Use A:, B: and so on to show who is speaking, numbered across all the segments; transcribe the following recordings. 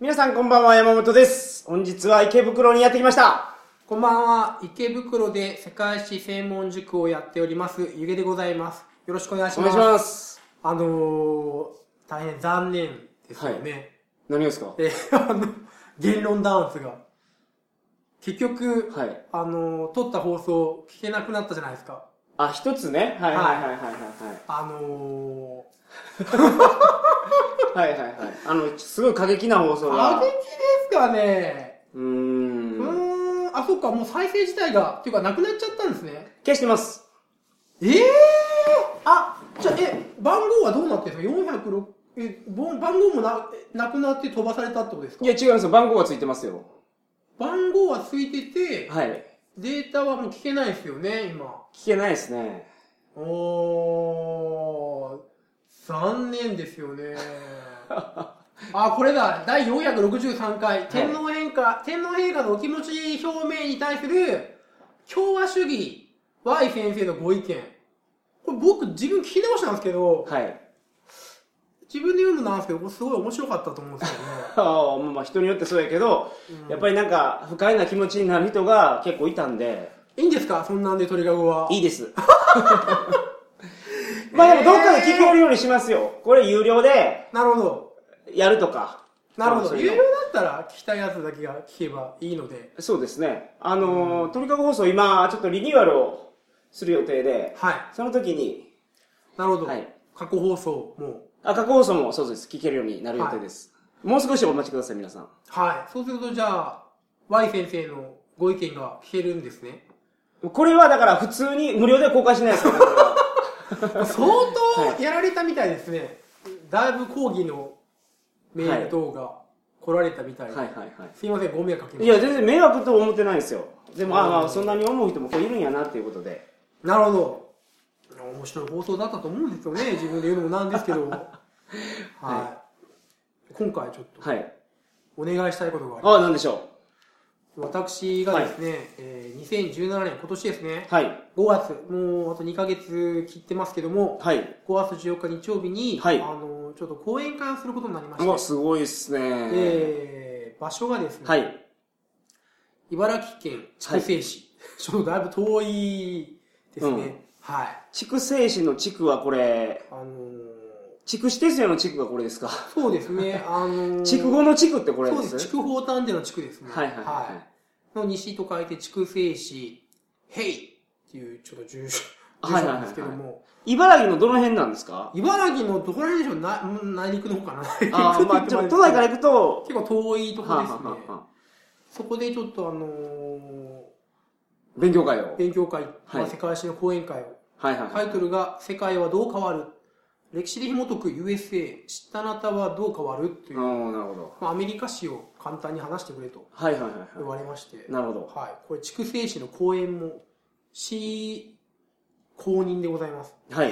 A: 皆さんこんばんは、山本です。本日は池袋にやってきました。
B: こんばんは池袋で世界史専門塾をやっておりますゆげでございますよろしくお願いし
A: お
B: ま
A: 願いしま
B: す
A: す。
B: あのー、大変残念ですよね、
A: 何ですか
B: えあの言論ダンスが結局、
A: はい。
B: あのー、撮った放送聞けなくなったじゃないですか
A: あ、一つね。はいはいはいはい
B: あの
A: はい。はいはいはい。あの、すごい過激な放送
B: ー、
A: が
B: 過激。ですかね
A: う
B: うー
A: ーん。
B: んあそっかもう再生自体がっていうかなくなっちゃったんですね
A: 消してます。
B: ええー、あじゃあえ番号はどうなってるんですか406えぼん番号もなえなくなって飛ばされたってことですか
A: いや、違いますよ。番号がついてますよ。
B: 番号はついてて、
A: はい。
B: データはもう聞けないですよね今
A: 聞けないですね。
B: おー残念ですよ ねあこれだ第463回天皇陛下、天皇陛下のお気持ち表明に対する共和主義 Y 先生のご意見これ僕自分聞き直したんですけど、
A: はい。
B: 自分で読むのなんですけど、これすごい面白かったと思うんですよね。
A: ああ、まあまあ人によってそうやけど、
B: うん
A: やっぱりなんか不快な気持ちになる人が結構いたんで、
B: いいんですかそんなんで鳥かごは。
A: いい です。まあでもどっかで聞こえるようにしますよ。これ有料で
B: なるほど。
A: やるとか。
B: なるほ
A: そ
B: ど。
A: う
B: 有
A: いう
B: 料
A: の
B: だったら聞きたいやつだけが聞けばいいので。
A: そうですね。あのー、鳥かご放送今、ちょっとリニューアルをする予定で、
B: はい。
A: その時に、
B: なるほど。
A: はい
B: 過去放送も。
A: 赤放送もそうです。聞けるようになる予定です。もう少しお待ちください、皆さん。
B: はい。そうするとじゃあ、Y 先生のご意見が聞けるんです ね。
A: これはだから普通に無料では公開しないですか ら、これは
B: 相
A: は
B: 当やられたみたいですね。だいぶ講義のメール等が来られたみたいで。
A: はいはいは
B: すいません、ご迷惑かけ
A: い。
B: ま
A: いや、
B: し
A: 全然迷惑と思ってないですよ。でも、ああま
B: う
A: あ、
B: ん
A: そんなに思う人もこういるんやなっていうことで。
B: た。なるほど。面白い放送だったと思うんですよね。自分で言うのもなんです けど。はい。今回ちょっと
A: はい。
B: お願いしたいことがあり
A: ああ、なんでしょ
B: 私がですね、えー2017年、今年ですね
A: う。、はい。
B: 5月、もうあと2ヶ月切ってますけども、
A: はい。
B: 5月14日日曜日に、
A: はい
B: あのちょっと講演会をすることになりま
A: うわ、
B: して、
A: すごいっすね。
B: えー場所がですね、
A: はい。
B: 茨城県筑西市、ちょっとだいぶ遠いですね。はい。
A: 筑西市の地区はこれ、
B: あのー
A: 筑紫鉄道の地区がこれですか。
B: そうですね、あのー
A: 筑後の地区ってこれで
B: そうです。
A: す
B: 筑豊丹での地区ですね。
A: はいはい
B: は
A: はい
B: の西と書いて、筑西市、ヘイっていうちょっと住所、住
A: はいは
B: 所
A: いはい
B: な
A: はい
B: んですけども、
A: い。茨城のどの辺なんですか
B: 茨城のどこら辺でしょうなうん内陸の方かな 内陸
A: ああ、
B: って言
A: まあ、
B: って
A: ちょっと
B: も
A: 都内
B: あ
A: か
B: れ
A: ら行く
B: です
A: と、
B: けど結構遠いところです
A: はあ
B: ね。
A: はあはあ
B: そこでちょっとあのー
A: 勉強会を。
B: 勉強会、ま
A: は
B: あ、
A: い
B: 世界史の講演会を、
A: はいはい。
B: タイトルが、世界はどう変わる歴史で紐解く USA、知ったあなたはどう変わるという、ま
A: おーなるほど。
B: あ、アメリカ史を簡単に話してくれと
A: はいはいはいは
B: 言われまして、
A: い。なるほど。
B: はい、これ筑西市の公園も市公認でございます。
A: はい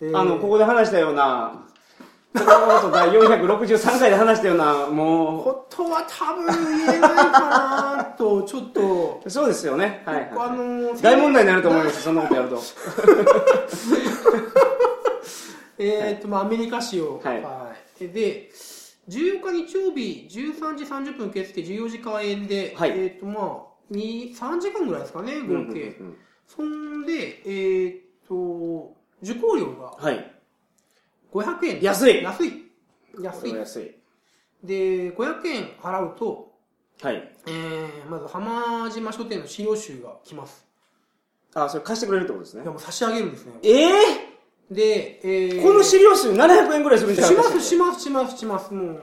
B: えー
A: あの、ここで話したような、この放送第463回で話したような、も
B: ことは多分言えないかなとちょ っと
A: う、そうですよね。はいはい
B: あ
A: はい。
B: の
A: 大問題になると思います、そんなことやると。
B: えーっとまあアメリカ市を
A: はい
B: いで14日日曜日13時30分受付14時開演で、
A: はい
B: えーっとまあに3時間ぐらいですかね合
A: う
B: 計、
A: んうんうん
B: そんでえーっと受講料が
A: はい。
B: 500円
A: 安い
B: 安い安い
A: 安い。
B: で、500円払うと、
A: はい。
B: えー、まず浜島書店の資料集が来ます。
A: あ、それ貸してくれるってことです
B: い
A: ね
B: や、。もう差し上げるんですね。
A: ええ
B: で、えー、
A: この資料集700円ぐらいするん
B: し
A: じゃない
B: ます、
A: ま
B: します、します、します、もう。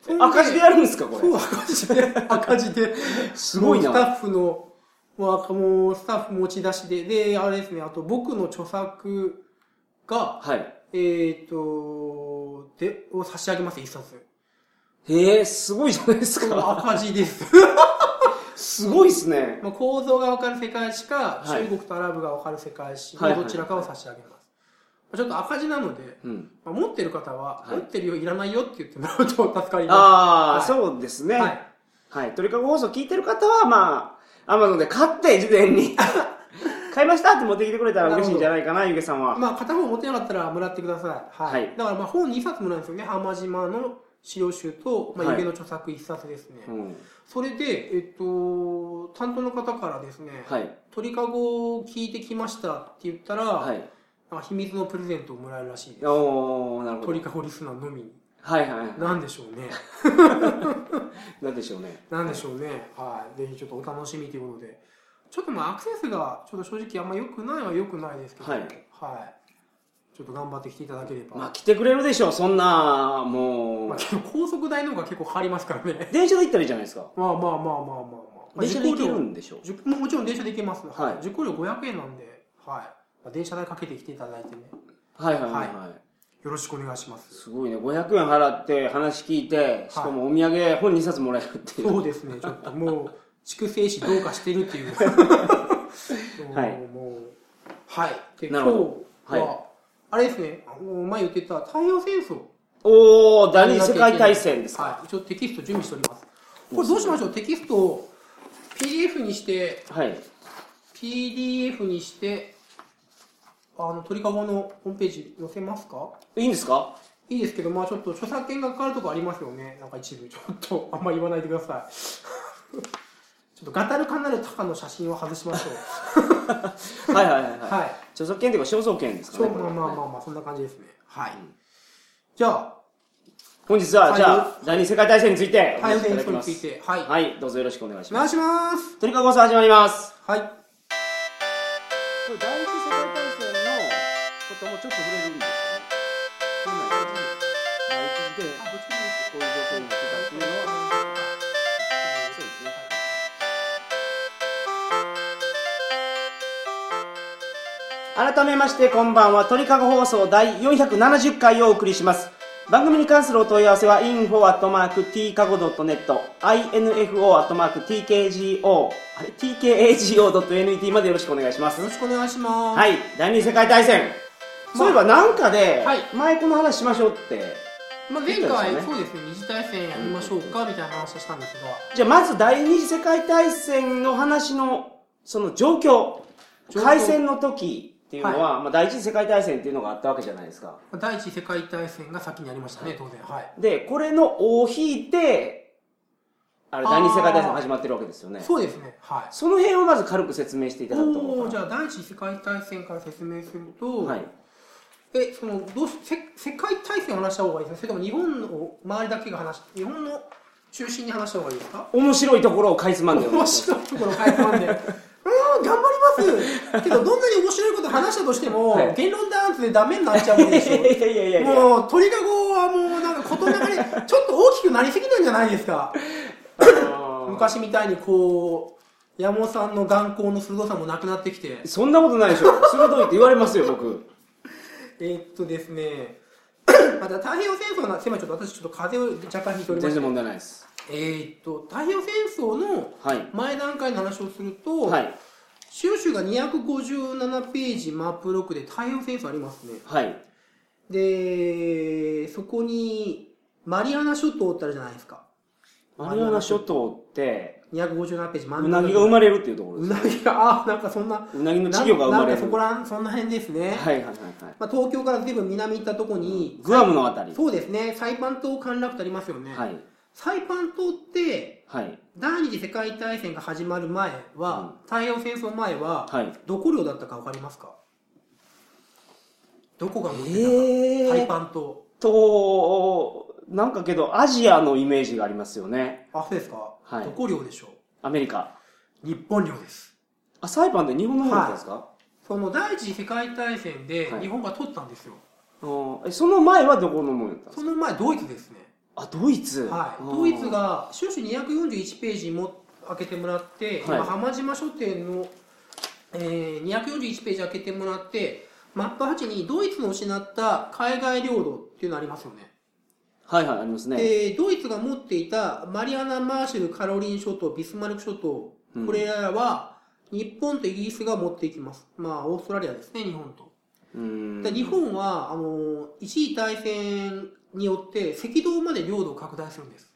B: そんで
A: 赤字でやるんですか、これ。
B: そう、赤字で、赤字で。
A: すごいな
B: もうスタッフの、まあ、もうスタッフ持ち出しで、で、あれですね、あと僕の著作が、
A: はい。
B: えーっと、で、を差し上げます、一冊。
A: へえ、すごいじゃないですか。
B: 赤字です。
A: すごいですね。
B: まあ、構造が分かる世界史か、
A: はい
B: 中国とアラブが分かる世界史
A: はい
B: の
A: はい
B: どちらかを差し上げます、まあちょっと赤字なので、
A: うん。
B: まあ、持ってる方は、
A: はい
B: 持ってるよいらないよって言ってもらうと助かりま
A: ああ、
B: はい
A: そうです
B: す
A: ね。
B: は
A: はいい。鳥かご放送聞いてる方は、まあ、アマゾンで買って、事前 に。買いましたって持ってきてくれたら嬉しいんじゃないかな、ゆげさんは。
B: まあ、片方持ってなかったらもらってください、はい
A: はい
B: だからまあ本2冊もらうんですよね浜島の資料集と、まあ、
A: はい
B: 夢の著作一冊ですね、
A: うん。
B: それで、えっと、担当の方からですね、
A: はい。
B: 鳥かごを聞いてきましたって言ったら、
A: はい。
B: なんか秘密のプレゼントをもらえるらしいです。
A: おー、なるほど
B: 鳥。かごリスナーのみに。
A: はいはい。
B: なんでしょうね。
A: なんでしょうね。
B: なんでしょうね。はい。ぜひちょっとお楽しみということで。ちょっとまあアクセスがちょっと正直あんま良くないは良くないですけど、
A: はい
B: はいちょっと頑張ってきていただければ。
A: まあ来てくれるでしょう、そんな、も
B: まあ
A: う。
B: けど高速代の方が結構かかりますからね。
A: 電車で行ったらいいじゃないですか。
B: まあまあまあまあまあまあ。
A: 電車で行ける
B: ん
A: んでしょう。
B: ももちろん電車で行けます。
A: はい
B: 受講料500円なんで、はい。まあ電車代かけてきていただいてね。
A: はいはいはいはい。
B: よろしくお願いします。
A: すごいね、500円払って話聞いて、しかもお土産本2冊もらえるっていう。
B: そうですね、ちょっともう、畜生史どうかして るっていう。
A: はい
B: もうもうはい。で、今
A: な
B: 日
A: る
B: は、
A: ほど
B: あれですね、あの前言ってた太平洋戦争。
A: おー、第二次世界大戦ですか。
B: はい。一応テキスト準備しております。これどうしましょうテキストを PDF にして、
A: はい。
B: PDF にして、あの、鳥かごのホームページ載せますか
A: いいんですか
B: いいですけど、まあちょっと著作権がかかるとこありますよね。なんか一部。ちょっと、あんま言わないでください。 ちょっと、ガタルカナルタカの写真を外しましょう。
A: はいはいはいはい。
B: はい。
A: 著作権というか肖像権ですか
B: そ
A: ね。
B: う、
A: これ
B: まあ
A: は
B: まあまあまあ、そんな感じですね。はい。じゃあ、
A: 本日は、
B: はい
A: じゃあ、第二次世界大戦についてお
B: 太陽
A: 話しいただき
B: 戦争に
A: ます
B: つい。て、はい。お
A: はい、どうぞよろしくお願いしま
B: 願い
A: す。
B: します。
A: 鳥かご放送始まります。
B: はい。
A: 第一次世界大戦のこともちょっと触れるんですよね。そうなんですよね。
B: あ、どっち
A: 第
B: で
A: 一次でこういう状況になってたっていうのは、そうですね。改めましてこんばんは鳥かご放送第470回をお送りします番組に関するお問い合わせは info.tkago.net info.tkago あれ tkago.net までよろしくお願いしま
B: い。
A: す
B: よろしくお願いします。
A: はい第二次世界大戦、そういえばなんかで、
B: はい
A: 前この話しましょうって
B: まあ、前
A: 言ったん
B: 回、
A: ですよ
B: そうですね、二次大戦やりましょうか、みたいな話をしたんですが、
A: じゃあまず第二次世界大戦の話のその状況
B: 状況
A: 開戦の時っていうのは、まあ、第一次世界大戦っていうのがあったわけじゃないですか
B: まあ第一次世界大戦が先にありましたね、当然。はい。
A: で、これの尾を引いて、あれ、
B: あー
A: 第二次世界大戦が始まってるわけですよね。
B: そうですね、はい。
A: その辺をまず軽く説明していただくとこ
B: お
A: ろ
B: ー
A: か
B: じゃあ第一次世界大戦から説明すると、
A: ら。はい。
B: えそのどうしせ世界大戦を話した方がいいですかそれとも日本の周りだけが話し日本の中心に話した方がいいですか
A: 面白いところをかいつまんでお願
B: 面
A: いします
B: 白いところを変えたん でうーん頑張りますけどどんなに面白いこと話したとしても、
A: はい
B: 言論弾圧でダメになっちゃうんでしょ
A: いやいやいやいや。
B: もう鳥かごはもうなんか事の流れちょっと大きくなりすぎなんじゃないですか
A: あ
B: 昔みたいにこう山本さんの眼光の鋭さもなくなってきて
A: ーそんなことないでしょ。鋭いって言われますよ、僕。
B: えーっとですね、 また太平洋戦争の、すいませんちょっと私ちょっと風邪を若干ひいておりま
A: 全
B: して
A: 然問題ないです。
B: えーっと、太平洋戦争の
A: はい。
B: 前段階の話をすると、
A: はい。
B: 収集が257ページマップロックで太平洋戦争ありますね。
A: はい。
B: で、そこに、マリアナ諸島ってあるじゃないですか。
A: マリアナ諸島って、
B: 257ページ真
A: うん
B: 中
A: な
B: に
A: ぎが生まれるっていうところ
B: う
A: です。
B: なぎが、あ、なんかそんな、
A: うなぎの稚魚が生ま
B: な
A: れ
B: んかそ
A: る。
B: こ
A: は
B: ら、そんな辺ですね。
A: いはいはいはい。
B: まあ、東京から随分南行ったとこに、
A: グアムのあたり。
B: そうですね、サイパン島陥落ってありますよね。
A: はい。
B: サイパン島って
A: はい。
B: 第二次世界大戦が始まる前は、太平洋戦争前は、
A: はい。
B: どこ領だったか分かりますかどこが持ってたか、
A: えー
B: サイパン島
A: と、なんかけど、アジアのイメージがありますよね。
B: あそうですか、
A: はい
B: どこ領でしょ
A: アメリカ。
B: う日本領です
A: あ、サイパンって日本のものなんですか、
B: その第一次世界大戦で
A: はい
B: 日本が取ったんですよ、
A: うんえその前はどこのものだったんです
B: そ
A: か
B: の前ドイツですね
A: あ、ドイツ。
B: はい
A: うん
B: ドイツ。が収支241ページも開けてもらって、
A: はい
B: 今浜島書店の、えー、241ページ開けてもらってマップ8にドイツの失った海外領土っていうのありますよね
A: はいはい、ありますね。
B: でドイツが持っていたマリアナ・マーシュル、カロリン諸島、ビスマルク諸島、
A: うん
B: これらは日本とイギリスが持っていきます。まあ、オーストラリアですね、日本と。
A: うーん。
B: で日本は、あの、一次大戦によって赤道まで領土を拡大するんです。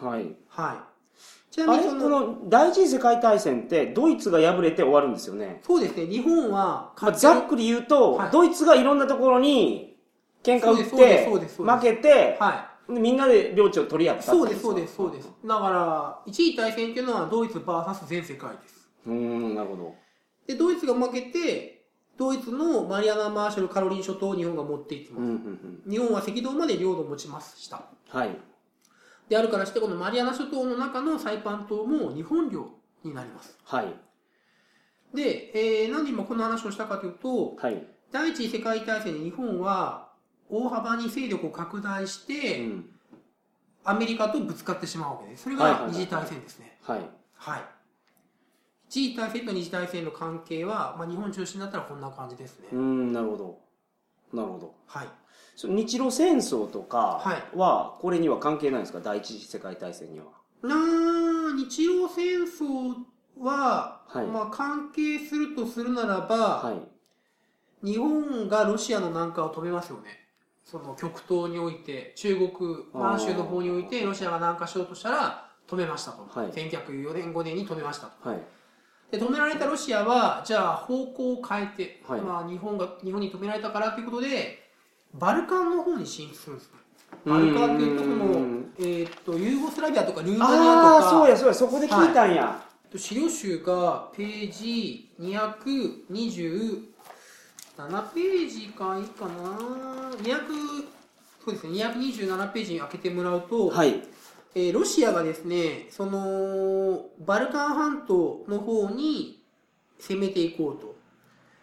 A: はい。
B: はい。ちな
A: あれ、
B: みにそ
A: こ
B: の、
A: の第一次世界大戦って、ドイツが敗れて終わるんですよね。
B: そうですね、日本は
A: まあ、
B: 勝手
A: ざっ
B: に、
A: くり言うと、
B: はい
A: ドイツがいろんなところに喧嘩を打っ
B: そうですそうです
A: て
B: そうです、そうです
A: 負けて、
B: は
A: でみんなで領地を取り合ったって
B: そ
A: こ
B: う
A: と
B: ですそうですそうですだから一位対戦っていうのはドイツ VS 全世界です
A: うーんなるほど
B: でドイツが負けてドイツのマリアナ・マーシャル・カロリン諸島を日本が持っていき
A: う
B: ま
A: ん
B: す、
A: うんうん
B: 日本は赤道まで領土を持ちました
A: はい
B: であるからしてこのマリアナ諸島の中のサイパン島も日本領になります
A: はい
B: で、えーなんで今この話をしたかというと
A: はい、
B: 第一次世界大戦で日本は大幅に勢力を拡大し
A: う
B: て、
A: ん、
B: アメリカとぶつかってしまうわけですそれ
A: はいはいは
B: が
A: い
B: 二次大戦ですね
A: はい
B: はい。一次大戦と二次大戦の関係は、まあ、日本中心だったらこんな感じですね。
A: うーんなるほどなるほど
B: はい。
A: その日露戦争とか
B: は
A: はこれには関係ないんですか第一次世界大戦には
B: なー日露戦争は、
A: はい
B: まあ、関係するとするならば、
A: はい
B: 日本がロシアの南下を止めますよね。その極東において、中国、
A: あー
B: 満州の方において、ロシアが南下しようとしたら、止めましたと。
A: はい
B: 1904年、5年に止めましたと。
A: はい
B: で止められたロシアはじゃあ方向を変えて、
A: はい
B: まあ、日本が日本に止められたからということでバルカンの方に進出するんですねバルカンっていうとこ
A: うー
B: の
A: ん、
B: えーっとユーゴスラビアとかルーマニアと
A: ああ
B: か
A: そうやそうやそこで聞いたんや、
B: えっと資料集がページ227ページかいいかな200そうですね227ページに開けてもらうと、
A: はい
B: えーロシアがですね、その、バルカン半島の方に攻めていこうと。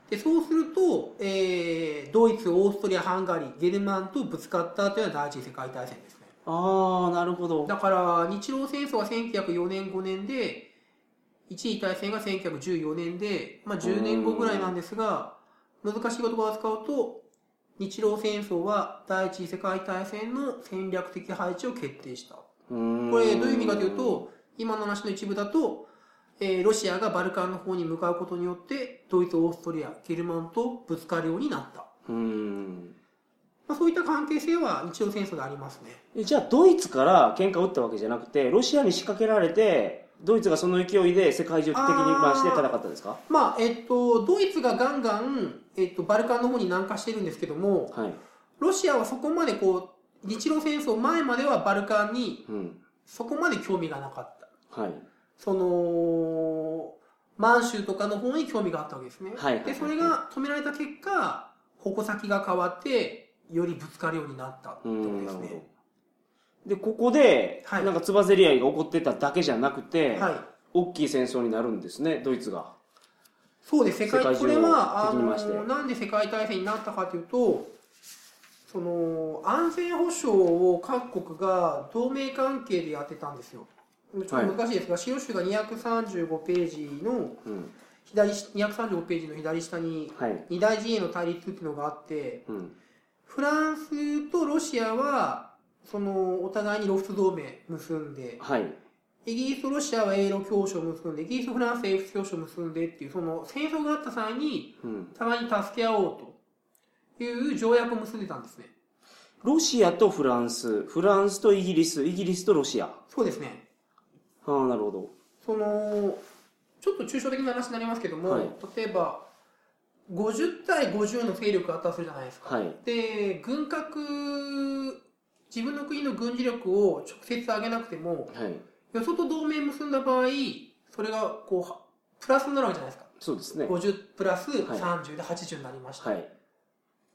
B: で、そうすると、えードイツ、オーストリア、ハンガリー、ゲルマンとぶつかったというのは第一次世界大戦ですね。
A: ああなるほど
B: だから、日露戦争は1904年、5年で、一次大戦が1914年で、まあ10年後ぐらいなんですが、難しい言葉を使うと、日露戦争は第一次世界大戦の戦略的配置を決定した。
A: うーん
B: これどういう意味かというと、今の話の一部だと、えーロシアがバルカンの方に向かうことによって、ドイツ、オーストリア、ゲルマンとぶつかるようになった。
A: うーん
B: まあ、そういった関係性は日露戦争でありますね。
A: えじゃあドイツから喧嘩を打ったわけじゃなくてロシアに仕掛けられてドイツがその勢いで世界中的に回して戦ったんですか
B: まあ、えっと、ドイツがガンガン、えっと、バルカンの方に南下してるんですけども、
A: はい、
B: ロシアはそこまでこう、日露戦争前まではバルカンに
A: うん
B: そこまで興味がなかった。
A: はい、
B: その満州とかの方に興味があったわけですね、
A: はいはいはい
B: でそれが止められた結果矛先が変わってよりぶつかるようになったって
A: うー
B: こと
A: ん
B: で
A: なる
B: す
A: ほど
B: ね
A: でここで、
B: はい
A: なんかつばぜり合いが起こってただけじゃなくて、
B: はい
A: 大きい戦争になるんですねドイツが
B: そうです世界
A: 世界中を
B: これはあ
A: 敵に回して
B: のなんで世界大戦になったかというとその安全保障を各国が同盟関係でやってたんですよちょっと難しいですが、資料集が235ページの
A: うん
B: 左し235ページの左下に
A: はい
B: 二大陣営の対立っていうのがあって
A: うん
B: フランスとロシアは、その、お互いにロフト同盟結んで、
A: はい
B: イギリスとロシアは英ロ教書を結んで、イギリスとフランスは英仏教書を結んでっていう、その、戦争があった際に、
A: うん
B: 互いに助け合おうという条約を結んでたんですね。
A: ロシアとフランスフランスとイギリスイギリスとロシアあ
B: そうですね。
A: あなるほど
B: その、ちょっと抽象的な話になりますけども、
A: はい
B: 例えば、50対50の勢力があったとするじゃないですか。
A: はい
B: で、軍拡、自分の国の軍事力を直接上げなくても、
A: はい
B: よそと同盟結んだ場合、それがこうは、プラスになるわけじゃないですか。
A: そうですね
B: 50プラス
A: はい
B: 30で80になりました。
A: はい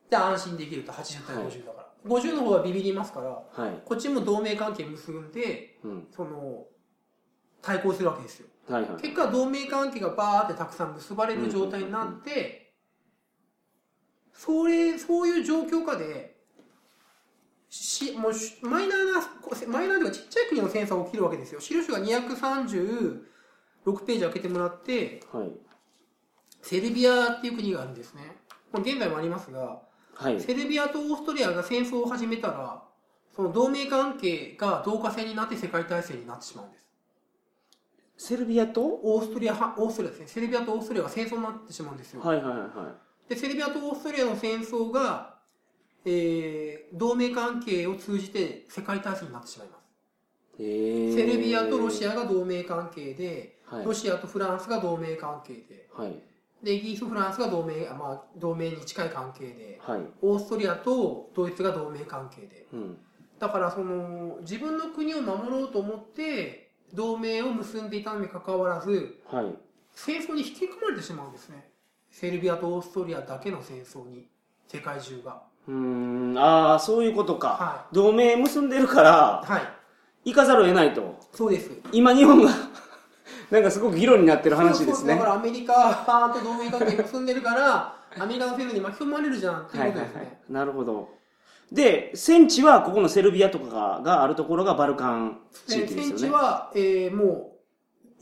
B: で、安心できると80対50だから。50の方はビビりますから、
A: はい
B: こっちも同盟関係結んで、
A: うん
B: その、対抗するわけですよ。
A: はいはい
B: 結果、同盟関係がバーってたくさん結ばれる状態になって、それ、そういう状況下で、し、もうし、マイナーなこ、マイナーというかちっちゃい国の戦争が起きるわけですよ。資料集が236ページ開けてもらって、
A: はい
B: セルビアっていう国があるんですね。まあ現在もありますが、
A: はい
B: セルビアとオーストリアが戦争を始めたら、その同盟関係が同化戦になって世界大戦になってしまうんです。
A: セルビアと
B: オーストリアは、オーストリアですね。セルビアとオーストリアが戦争になってしまうんですよ。
A: はいはいはいはい
B: で、セルビアとオーストリアの戦争が、えー、同盟関係を通じて世界大戦になってしまいま
A: え
B: す。
A: ー
B: セルビアとロシアが同盟関係で、
A: はい
B: ロシアとフランスが同盟関係で、
A: はい
B: で、イギリスとフランスが同盟、あまあ、同盟に近い関係で、
A: はい
B: オーストリアとドイツが同盟関係で、
A: うん
B: だからその、自分の国を守ろうと思って、同盟を結んでいたのに関わらず、
A: はい。
B: 戦争に引き込まれてしまうんですね。セルビアとオーストリアだけの戦争に、世界中が。
A: うーん、ああ、そういうことか。
B: は
A: 同盟結んでるから、
B: はい。
A: 行かざるを得ないと。
B: そうです。
A: 今日本が、 なんかすごく議論になってる話です
B: そうそうだ
A: ね
B: か。らアメリカと同盟関係結んでるから、アメリカの戦争に巻き込まれるじゃんっていうことですね。
A: なるほど。で、戦地はここのセルビアとかががあるところがバルカン地
B: で
A: 域です
B: 戦
A: よ
B: 地
A: ね。
B: は、えーも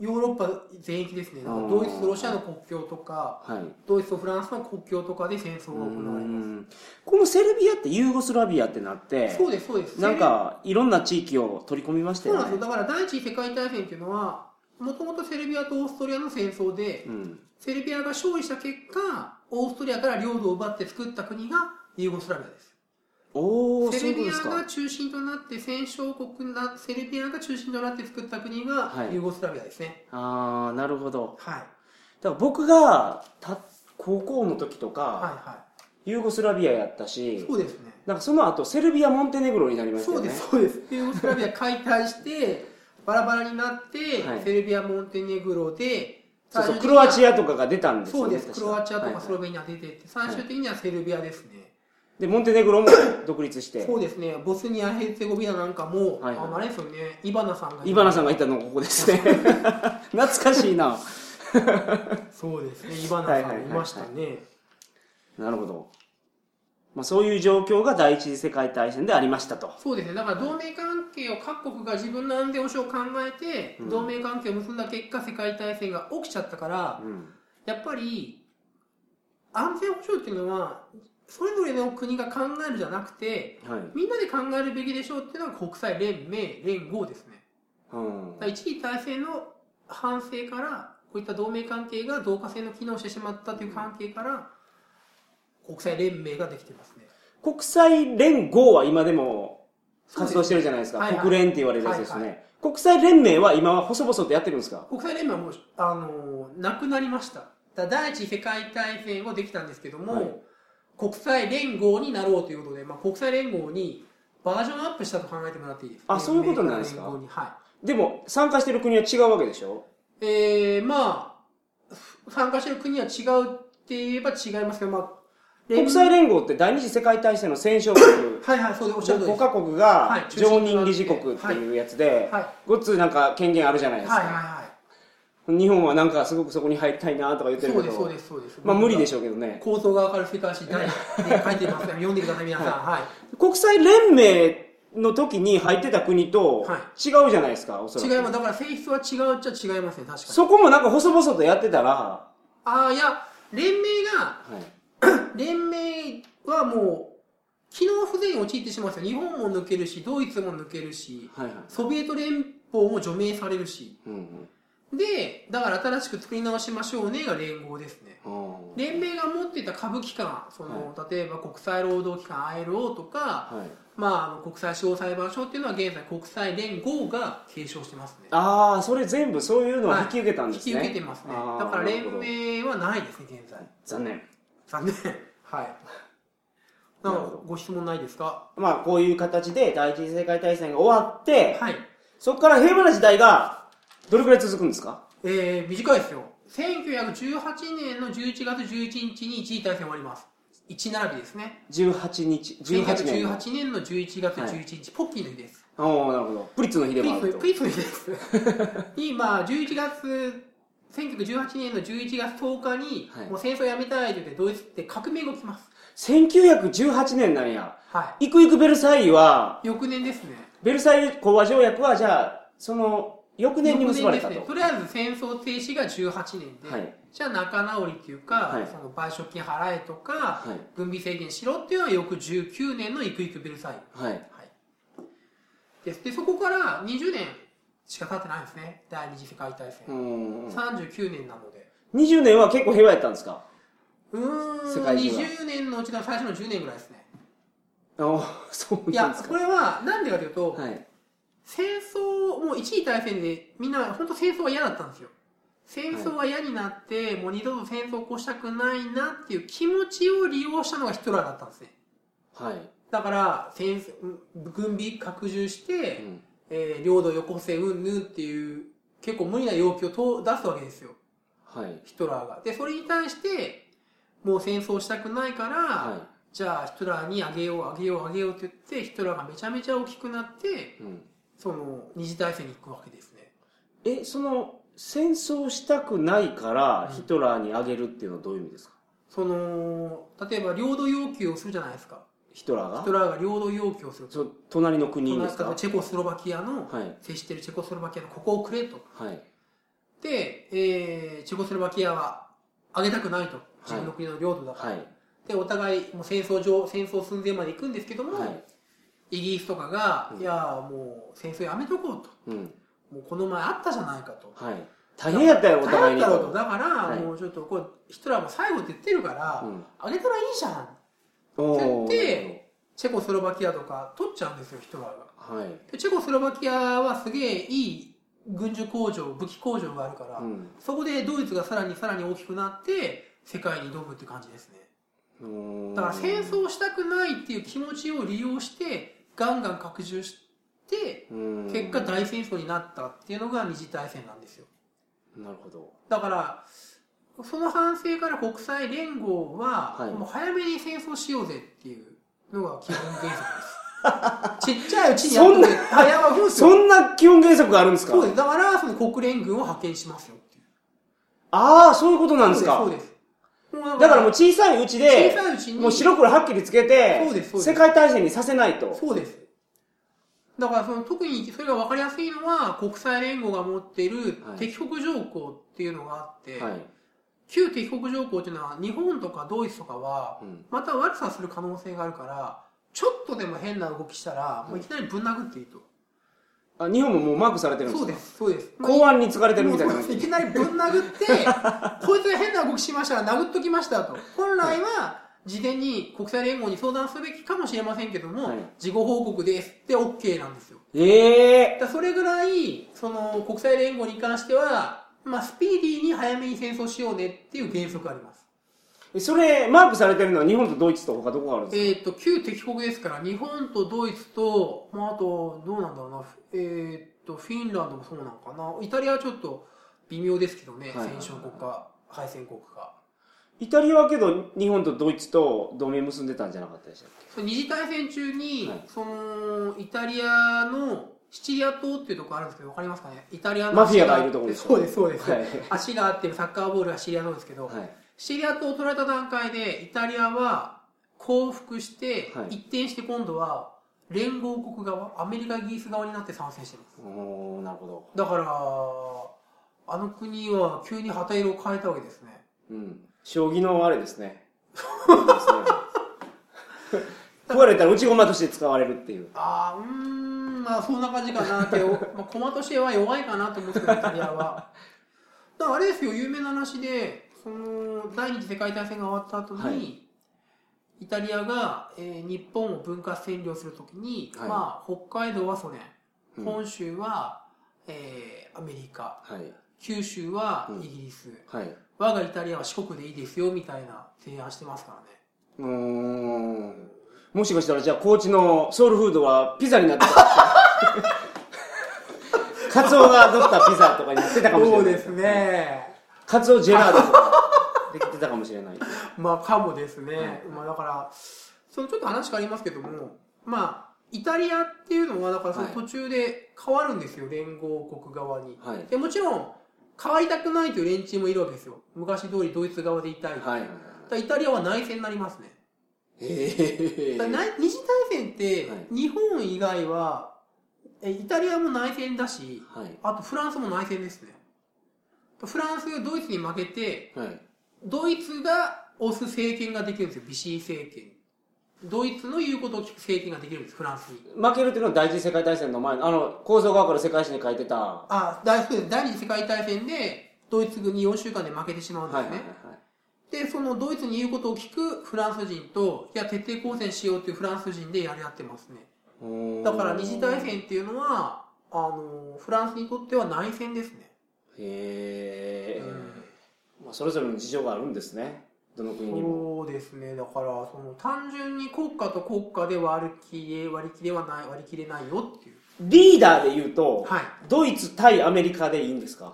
B: うヨーロッパ全域ですね、
A: あー
B: ドイツとロシアの国境とか、
A: はい。
B: ドイツとフランスの国境とかで戦争が
A: う
B: 行われま
A: んこのセルビアってユーゴスラビアってなって
B: す。、そうです、そうです。
A: なんかいろんな地域を取り込みました
B: セルビ
A: よ
B: アそうなんです
A: ね。
B: よ、だから第一次世界大戦っていうのは、もともとセルビアとオーストリアの戦争で、
A: うん
B: セルビアが勝利した結果、オーストリアから領土を奪って作った国がユーゴスラビアです。
A: おお、そ
B: セ
A: うい
B: ル
A: うこと
B: ビ
A: で
B: ア
A: す
B: が
A: か。
B: 中心となって戦勝国なセルビアが中心となって作った国が
A: はい
B: ユーゴスラビアですね。
A: ああ、なるほど。
B: はい、
A: だから僕がた高校の時とか、
B: はい、は
A: ユーゴスラビアやった
B: い
A: し
B: そ、うですね。
A: なんかその後セルビア、モンテネグロになりました
B: そ
A: よ
B: う
A: ね。
B: ですそうです。ユーゴスラビア解体してバラバラになって、
A: はい
B: セルビアモンテネグロで
A: そうそうクロアチ
B: ア
A: アとかが出たんです
B: そ
A: よ
B: う
A: ね。
B: です。ク
A: 確か
B: ロアチアと
A: はい
B: か
A: はい
B: スロベニア出てって最終的にはセルビアですね。
A: で、モンテネグロも独立して、
B: そうですね。ボスニアヘルツェゴビアなんかも、
A: はいはい
B: ああれですよね。イバナさんが
A: イバナさんがいたのがここです ね。懐かしいな。
B: そうですね。イバナさんいましたね。
A: なるほど。まあ、そういう状況が第一次世界大戦でありましたと。
B: そうですね、だから同盟関係を各国が自分の安全保障を考えて、
A: うん
B: 同盟関係を結んだ結果、世界大戦が起きちゃったから、
A: うん。
B: やっぱり安全保障っていうのは、それぞれの国が考えるじゃなくて、
A: はい。
B: みんなで考えるべきでしょうっていうのが国際連盟、連合ですね。
A: うん
B: だか。ら一次大戦の反省から、こういった同盟関係が同化性の機能をしてしまったという関係から、国際連盟ができてますね。
A: 国際連合は今でも活動してるじゃないですか。
B: そうですはいはい
A: 国連って言われるやつですね。
B: はい
A: 国際連盟は今は細々とやってるんですか
B: 国際連盟はもう、あのーなくなりました。だ第一次世界大戦後できたんですけども、
A: はい
B: 国際連合になろうということで、まあ、国際連合にバージョンアップしたと考えてもらっていいです
A: あそういうことなんですか
B: 連合には
A: でも、参加してる国は違うわけでしょ
B: い。えー、まあ、ふ参加してる国は違うって言えば違いますけど、まあ、連。
A: 国際連合って第二次世界大戦の戦勝国
B: はいはい、そうでおっしゃる通り
A: 5
B: で
A: カ
B: す。
A: 国
B: はい
A: が
B: 中心
A: 常
B: となって
A: 任理事国っていうやつで、
B: はい
A: ごっつなんか権限あるじゃないですか、
B: はいはいは
A: 日本はなんかすごくそこに入りたいなとか言っ
B: い。
A: てる
B: そう
A: け
B: です、
A: ど
B: そうです、そうです。
A: まあ無理でし
B: ょ
A: ょうけどね
B: 構造が明るい世界史第一で書いてますから、読んでください、皆さん。はい。
A: 国際連盟の時に入ってた国と
B: は
A: 違うじゃないですか、お そらく
B: 違います。だから性質は違うっちゃ違いますね、確かに。
A: そこもなんか細々とやってたら、は
B: ああ、いや、連盟が、連盟はもう、機能不全に陥ってしまうんですよ。日本も抜けるし、ドイツも抜けるし、
A: い、はいはい
B: ソビエト連邦も除名されるし。
A: うんうん
B: で、だから新しく作り直しましょうねが連合ですね。
A: あ
B: 連盟が持っていた株機関、その、例えば国際労働機関 ILO と
A: ー
B: か、
A: はい
B: まあ、あの国際司法裁判所っていうのは現在国際連合が継承してますね。
A: あーそれ全部そういうのは引き受けたんですね、
B: 引き受けてますね。
A: あー
B: だから
A: なる
B: 連
A: ほど
B: 盟はないですね、現在。
A: 残念
B: 残念。はい。
A: な
B: な
A: る
B: ん
A: ほ
B: か
A: ど
B: ご質問ないですか
A: まあこういう形で第一次世界大戦が終わって、
B: はい。
A: そこから平和な時代がどれくらい続くんですか
B: えー、短いですよ。1918年の11月11日に一次大戦終わります。1並びですね。
A: 18日18年
B: 1918年の11月11日、ポッキーの日です。
A: おおなるほどプリッツの日
B: プ
A: で
B: リ
A: もあ
B: ー
A: る
B: ツ
A: と
B: プリーツの日です。 に、まあ、11月、1918年の11月10日に、
A: はい
B: もう戦争やめたいと言って、ドイツって革命が起きます。
A: 1918年なんや
B: は。
A: 行く行くベルサイユはい
B: 翌年ですね。
A: ベルサイユ講和条約はじゃあその翌年に結ばれたと、
B: 翌年ですねとりあえず戦争停止が18年で、
A: はい
B: じゃあ仲直りっていうか、
A: はい
B: その賠償金払えとか、
A: い
B: 軍備制限しろっていうのは翌19年のイクイクベルサイユ、
A: はい
B: はい、ですでそこから20年しか経ってないんですね第二次世界大
A: う
B: 戦、
A: ん
B: 39年なので
A: 20年は結構平和やったんですか
B: うー
A: 世
B: ん
A: 界中は
B: 20年のうちの最初の10年ぐらいですね
A: ああそう
B: い
A: なん
B: や
A: ですか
B: これはなんでかというと、
A: はい
B: 戦争もう一次大戦でみんな本当戦争は嫌だったんですよ戦争は嫌になって、もう二度と戦争を起こしたくないなっていう気持ちを利用したのがヒトラーだったんですね
A: はい
B: だから戦軍備拡充して、
A: うん
B: えー領土をよこせうんぬんっていう結構無理な要求をと出すわけですよ
A: はい。
B: ヒトラーがでそれに対してもう戦争したくないから、
A: は
B: じゃあヒトラーにあげようあげようあげようって言ってヒトラーがめちゃめちゃ大きくなって
A: い。うん。
B: その二次大戦に行くわけですね
A: え、その、戦争したくないから、ヒトラーにあげるっていうのはどういう意味ですか
B: その例えば領土要求をするじゃないですか
A: ヒトラーが
B: ヒトラーが領土要求をする
A: そ隣の国です
B: そ
A: か
B: のチェコスロバキアの、
A: はい。
B: 接してるチェコスロバキアのここをくれと
A: はい。
B: で、えーチェコスロバキアはあげたくないと自分の国の領土だから、
A: はい。
B: でお互いもう戦争上戦争寸前まで行くんですけども、
A: はい。
B: イギリスとかが、
A: うん
B: いやもう戦争やめとこうと
A: うん。
B: もうこの前あったじゃないかと
A: はい。大変やったよ、お互いに。
B: だろうとだから、
A: い
B: もうちょっとこうヒトラーも最後って言ってるから、
A: うん
B: あげたらいいじゃん
A: おー
B: でチェコスロバキアとか取っちゃうんですよヒトラーが
A: はい。
B: でチェコスロバキアはすげえいい軍需工場武器工場があるから、
A: うん
B: そこでドイツがさらにさらに大きくなって世界に挑むって感じですね
A: うーん。
B: だから戦争をしたくないっていう気持ちを利用してガンガン拡充して
A: うん
B: 結果大戦争になったっていうのが二次大戦なんですよ
A: なるほど。
B: だからその反省から国際連合は、
A: はい
B: もう早めに戦争しようぜっていうのが基本原 則ですちっちゃいうちにやっと
A: そ
B: け
A: んな
B: 早まる
A: そんな基本原則があるんですか
B: そうです。だから、その国連軍を派遣しますよっていう。
A: ああ、そういうことなんですか
B: そうです。そうですもう
A: だからもう小さいうちで、
B: 小さいうちに
A: もう白黒はっきりつけて
B: そうです、そうです
A: 世界大戦にさせないと。
B: そうです。だから、その、特にそれが分かりやすいのは、国際連合が持っている
A: はい
B: 敵国条項っていうのがあって、
A: はい。
B: 旧敵国条項っていうのは、日本とかドイツとかは
A: う、ん
B: また悪さする可能性があるから、ちょっとでも変な動きしたら、もういきなりぶん殴っていいと。
A: あ日本ももうマークされてるんです
B: そう
A: か
B: です、そうです。
A: 公安に疲れてるみたいな
B: もう。いきなりぶん 殴って、こいつが変な動きしましたら殴っときましたと。本来は、事前に国際連合に相談すべきかもしれませんけども、
A: はい
B: 事後報告ですって OK なんですよ。
A: ええ
B: だからそれぐらい、その国際連合に関しては、まあ、スピーディーに早めに戦争しようねっていう原則があります。
A: えそれ、マークされてるのは日本とドイツと他どこがあるんです
B: えっ、と、旧敵国ですから、日本とドイツと、まあ、あと、どうなんだろうな、えっ、と、フィンランドもそうなのかな、イタリアはちょっと微妙ですけどね、
A: はいはいはい
B: 戦勝国か、敗戦国か。
A: かイタリアはけど、日本とドイツと同盟結んでたんじゃなかったでしたっけ
B: その二次大戦中に、
A: はい
B: そのイタリアのシチリア島っていうところあるんですけどわかりますかねイタリアの
A: マフィアがいるところで
B: ですす
A: よ
B: そうですそうです、
A: はい
B: 足があってサッカーボールはシチリア島ですけど、
A: はい。
B: シチリア島を取られた段階でイタリアは降伏して、
A: はい
B: 一転して今度は連合国側アメリカイギリス側になって参戦してます
A: おー、なるほど。
B: だからあの国は急に旗色を変えたわけですね
A: うん。将棋のあれです ね。そうですね壊れたら内駒として使われるっていう。
B: ああうーんまあそんな感じかなって おまあ駒としては弱いかなと思ってたイタリアはだからあれですよ有名な話でその第二次世界大戦が終わった後に、
A: はい
B: イタリアが、えー日本を分割占領するときに、
A: はい
B: まあ北海道はソ連
A: うん
B: 本州は、えーアメリカ
A: はい。
B: 九州は
A: うん
B: イギリス、
A: はい。
B: 我がイタリアは四国でいいですよみたいな提案してますから
A: うー
B: ね
A: ん。もしかしたら、じゃあ、高知のソウルフードはピザになってた かもしれない。カツオが取ったピザとかになってたかもしれない。
B: ね、
A: カツオジェラードとかできてたかもしれない。
B: まあかもですね、
A: はい
B: まあだからそのちょっと話変わりますけどもまあイタリアっていうのはだからその
A: はい
B: 途中で変わるんですよ、連合国側に、
A: はい
B: でもちろん変わりたくないという連中もいるわけですよ昔通りドイツ側でいたい、だか
A: はい。
B: らイタリアは内戦になりますね、
A: ええ
B: だから内二次大戦って
A: はい
B: 日本以外はえイタリアも内戦だし
A: はい。
B: あとフランスも内戦ですねフランスドイツに負けて
A: はい。
B: ドイツが推す政権ができるんですよ、ビシー政権。ドイツの言うことを聞く政権ができるんです、フランスに。
A: 負けるっていうのは第一次世界大戦の前の、あの、構造側から世界史に書いてた。は
B: あ、大そうです第二次世界大戦で、ドイツ軍に4週間で負けてしまう
A: い
B: んで
A: は
B: す
A: い
B: ね。
A: はいはい。
B: で、そのドイツに言うことを聞くフランス人と、いや、徹底抗戦しようっていうフランス人でやり合ってますね。
A: うーん
B: だから二次大。戦っていうのは、あの、フランスにとっては内戦ですね。
A: へえ
B: うん。
A: まあ、それぞれの事情があるんですね。どの国にも
B: そうですねだからその単純に国家と国家で割り切れ割り切れはない割り切れないよっていう
A: リーダーで言うと、
B: はい
A: ドイツ対アメリカでいいんですか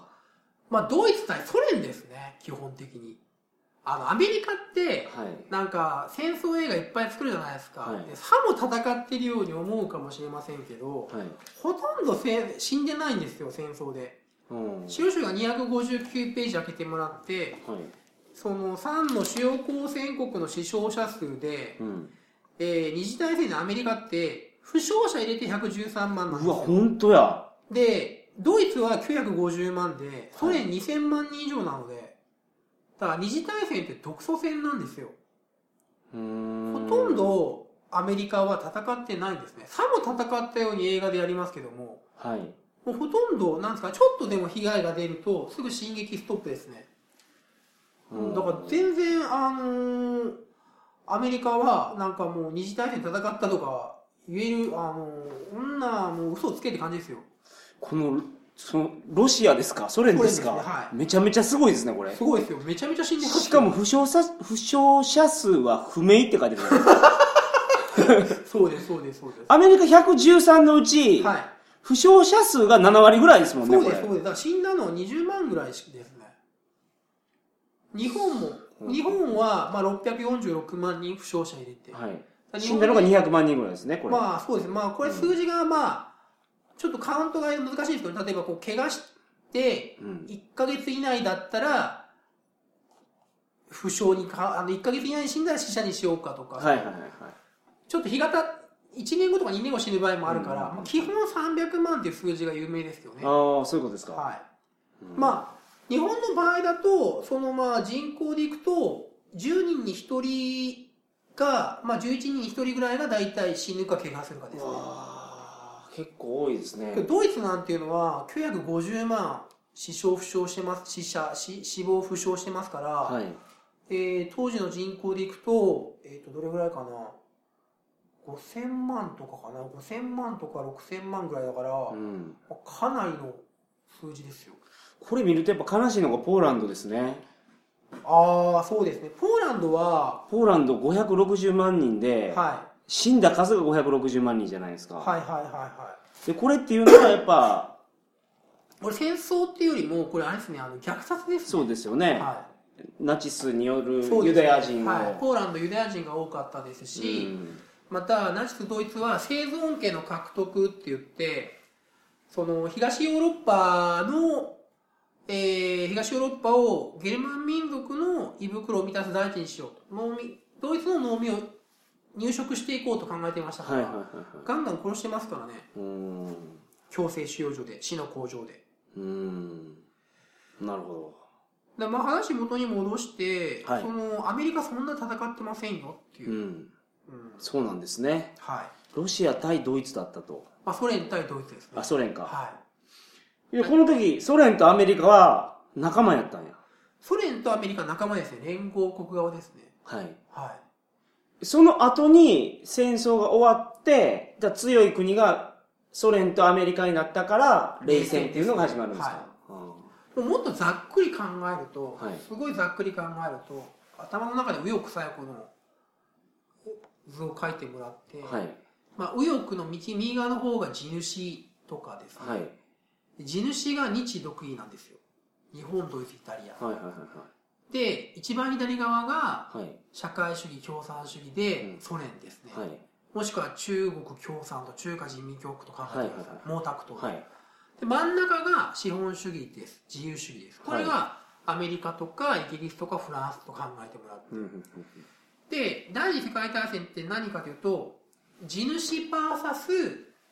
B: まあドイツ対ソ連ですね基本的にあのアメリカって
A: はい
B: なんか戦争映画いっぱい作るじゃないですか、
A: はい
B: でさも戦ってるように思うかもしれませんけど、
A: はい、
B: ほとんどせ死んでないんですよ戦争で
A: うん
B: 資料集が259ページ開けてもらって
A: はい
B: その3の主要交戦国の死傷者数で、
A: うん、
B: えー二次大戦のアメリカって負傷者入れて113万なん
A: う
B: で
A: わ
B: すよ
A: 本当や
B: でドイツは950万でソ連2000万人以上なのでだから二次大戦って独ソ戦なんですよ
A: うーん
B: ほとんどアメリカは戦ってないんですねさも戦ったように映画でやりますけども
A: はい
B: もうほとんどなんですかちょっとでも被害が出るとすぐ進撃ストップですね
A: うん
B: だから全然あのーアメリカはなんかもう二次大戦戦ったとか言えるあのーそんなもう嘘をつけって感じですよ
A: このそのロシアですかソ連ですか
B: ソ連ですねは
A: めちゃめちゃすごいですねこれ
B: すごいですよめちゃめちゃ死んでますよ
A: しかも負傷者負傷者数は不明って書いてある
B: そうですそうですそうです
A: アメリカ113のうち、
B: はい
A: 負傷者数が7割ぐらいですもんね
B: そう
A: こ
B: で
A: れ
B: すそうですだから死んだのは20万ぐらいですね日本も
A: うん
B: 日本はまあ646万人負傷者入れて、
A: はい、死んだのが200万人ぐらいですねこれ、
B: まあそうですまあこれ数字がまあちょっとカウントが難しいですけど例えばこう怪我して
A: うん
B: 1ヶ月以内だったら負傷にかあの1ヶ月以内に死んだら死者にしようかとか、
A: はいはいはいはい
B: ちょっと日がた1年後とか2年後死ぬ場合もあるから、
A: うん
B: まあ基本300万っていう数字が有名ですよね
A: ああそういうことですか、
B: はい
A: うん
B: まあ、日本の場合だと、そのまあ人口でいくと、10人に1人が、まあ11人に1人ぐらいが大体死ぬか怪我するかですね。
A: わあ結構多いですね
B: けどドイツなんていうのは950万死傷負傷してます、死者、死死亡負傷してますから、
A: はい
B: えー当時の人口でいくと、えっ、と、どれぐらいかな。5000万とかかな。5000万とか6000万ぐらいだから、
A: うん、
B: まあかなりの数字ですよ。
A: これ見るとやっぱ悲しいのがポーランドですね
B: ああ、そうですね。ポーランドは、
A: ポーランド560万人で、
B: は
A: 死んだ数が560万人じゃないですか、
B: い、はいはいはいはい
A: でこれっていうのはやっぱ
B: これ戦争っていうよりもこれあれですねあの虐殺ですね
A: そうですよね、
B: は
A: ナチスによる
B: い、そう
A: ユ
B: ですね
A: ダヤ人の、
B: はい、ポーランドユダヤ人が多かったですし、
A: うん
B: またナチスドイツは生存権の獲得って言ってその東ヨーロッパの、えー東ヨーロッパをゲルマン民族の胃袋を満たす大地にしようと農民ドイツの農民を入植していこうと考えていましたか
A: はい
B: ら、
A: はいはいはい
B: ガンガン殺してますからね
A: うん
B: 強制収容所で死の工場で
A: うんなるほど
B: だからまあ話元に戻して、
A: はい
B: そのアメリカそんな戦ってませんよっていうう、
A: ん
B: うん
A: そうなんですね
B: はい
A: ロシア対ドイツだったと
B: まあ、ソ連対ドイツですね
A: あソ連か、
B: はい、
A: いやこの時ソ連とアメリカは仲間やったんや
B: ソ連とアメリカ仲間ですね連合国側ですね
A: はい
B: はい
A: その後に戦争が終わって、じゃあ強い国がソ連とアメリカになったから、冷戦っていうのが始まるんですか。
B: もうもっとざっくり考えると、
A: はい
B: すごいざっくり考えると頭の中で右翼左翼の図を書いてもらって、
A: うんはい。
B: まあ、右翼の右右側の方が地主とかですね、
A: はい。はい。
B: 地主が日独位なんですよ日本ドイツイタリア、
A: はい。はい。
B: で一番左側が
A: はい。
B: 社会主義共産主義で
A: うん
B: ソ連ですね、
A: はい。
B: もしくは中国共産と中華人民共和国と考えてください、
A: はいはい
B: 毛沢東、
A: はい。
B: で真ん中が資本主義です自由主義ですこれがアメリカとかイギリスとかフランスと考えてもらう
A: うんうん
B: で第二次世界大戦って何かというと地主パーサス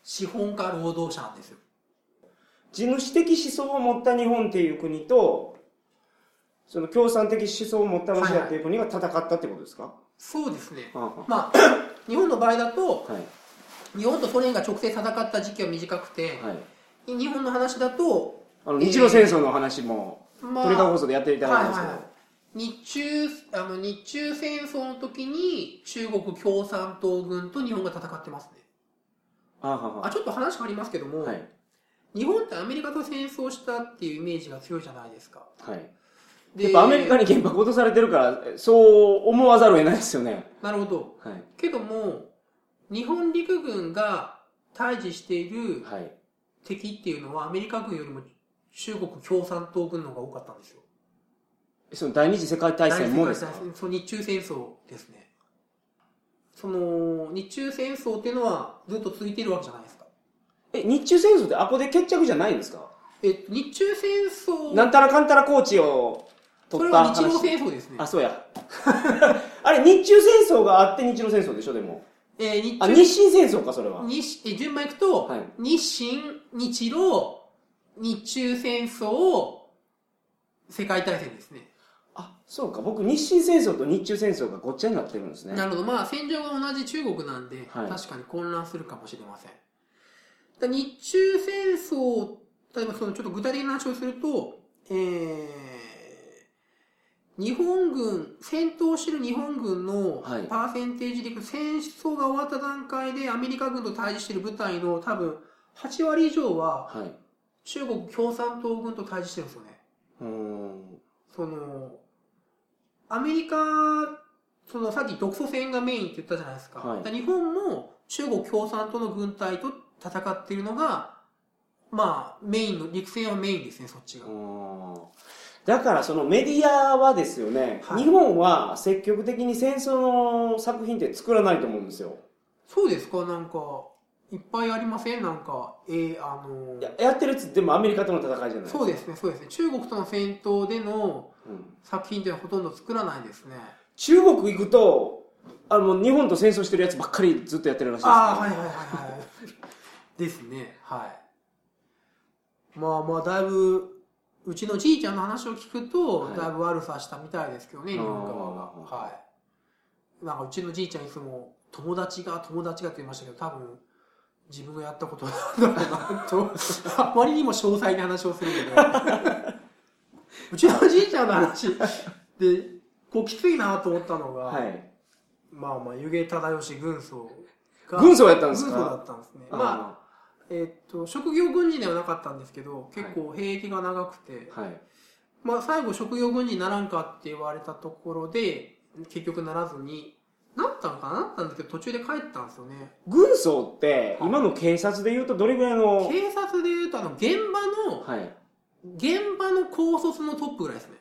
B: 資本家労働者なんですよ
A: 地主的思想を持った日本っていう国と、その共産的思想を持ったロシアっていう国が戦ったってことですか、
B: そうですね
A: は
B: まあ 日本の場合だと
A: い。はい。
B: 日本とソ連が直接戦った時期は短くて、
A: はい。
B: 日本の話だと
A: あの、日露戦争の話も、
B: ま
A: 鳥川放送でやっていただいたんですけど、
B: はいはい、日中あの日中戦争の時に中国共産党軍と日本が戦ってますね
A: あはは
B: あちょっと話変わりますけども、
A: はい。
B: 日本ってアメリカと戦争したっていうイメージが強いじゃないですか
A: はい。やっぱアメリカに原爆落とされてるから、そう思わざるを得ないですよね。
B: なるほど。
A: はい。
B: けども、日本陸軍が対峙している
A: はい。
B: 敵っていうのは、アメリカ軍よりも中国共産党軍の方が多かったんですよ。
A: その第二次世界大戦もですか
B: 第二次世界大戦そう日中戦争ですね。その、日中戦争っていうのはずっと続いてるわけじゃないですか。
A: え、日中戦争ってあこで決着じゃないんですか
B: えっと、日中戦争、
A: なんたらかんたら高知を
B: そ
A: 取
B: れ
A: った
B: は
A: 話。
B: 日露戦争ですね
A: あ、。そうや。 あれ、日中戦争があって日露戦争でしょ、でも。
B: えー日
A: あ、
B: 中
A: 日清戦争か、それは。
B: 日え順番いくと、
A: はい
B: 日清、日露、日中戦争、世界大戦ですね。
A: あ、そうか。僕、日清戦争と日中戦争がごっちゃになってるんですね。
B: なるほど。まあ、戦場が同じ中国なんで、
A: はい
B: 確かに混乱するかもしれません。だ日中戦争、例えばそのちょっと具体的な話をすると、えー、日本軍、戦闘してる日本軍の
A: はい
B: パーセンテージでいくと、戦争が終わった段階でアメリカ軍と対峙してる部隊の多分8割以上は
A: はい。
B: 中国共産党軍と対峙してるんですよね。
A: うーん。
B: その、アメリカ、そのさっき独ソ戦がメインって言ったじゃないですか。
A: はい
B: だから日本も中国共産党の軍隊と戦っているのが、まあ、メインの、陸戦はメインですね、そっちが。
A: だからそのメディアはですよね、
B: はい
A: 日本は積極的に戦争の作品って作らないと思うんですよ。
B: そうですかなんか、いっぱいありませんなんか、えー、あのー
A: ややってるやつでもアメリカとの戦いじゃないですか。
B: そうですね、そうですね。中国との戦闘での
A: うん
B: 作品っていうのはほとんど作らないですね。
A: 中国行くと、あの、日本と戦争してるやつばっかりずっとやってるらしいです、ね。
B: ああ、はいはいはいはい。ですね、はい。まあまあ、だいぶ、うちのじいちゃんの話を聞くと、
A: はい
B: だいぶ悪さしたみたいですけどね、日本側が。
A: あー
B: はい。なんかうちのじいちゃんいつも、友達が友達がって言いましたけど、多分、自分がやったことなんだろうな と、あまりにも詳細に話をするけど、うちのじいちゃんの話で、こうきついなと思ったのが、
A: はい。
B: まあまあ、湯気忠義軍曹が。
A: 軍曹やったんですか
B: 軍曹だったんですね。まあ、えーっと、職業軍人ではなかったんですけど、結構兵役が長くて、
A: あ、はい。
B: まあ最後職業軍人にならんかって言われたところで、結局ならずに、なったのかななったんですけど、途中で帰ったんですよね。
A: 軍曹って、
B: はい
A: 今の警察で言うとどれぐらいの、
B: 警察で言うと、あの、現場の、
A: はい。
B: 現場の高卒のトップぐらいですね。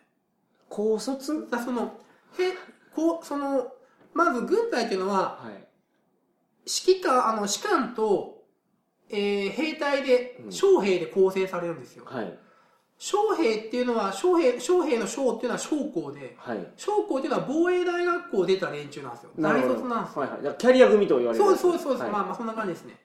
A: 高卒
B: だからその、へ、こう、その、まず軍隊っていうのは、
A: はい。
B: 指揮官、あの、士官と、えー兵隊で
A: う、ん
B: 将兵で構成されるんですよ。
A: はい。
B: 将兵っていうのは、将兵、将兵の将っていうのは将校で、
A: はい。
B: 将校っていうのは防衛大学校を出た連中なんですよ。
A: な
B: 大
A: るほど
B: 卒なんですよ。
A: はいはい。だからキャリア組と言われる。
B: そうですそうですそうです。
A: はい
B: まあまあそんな感じですね。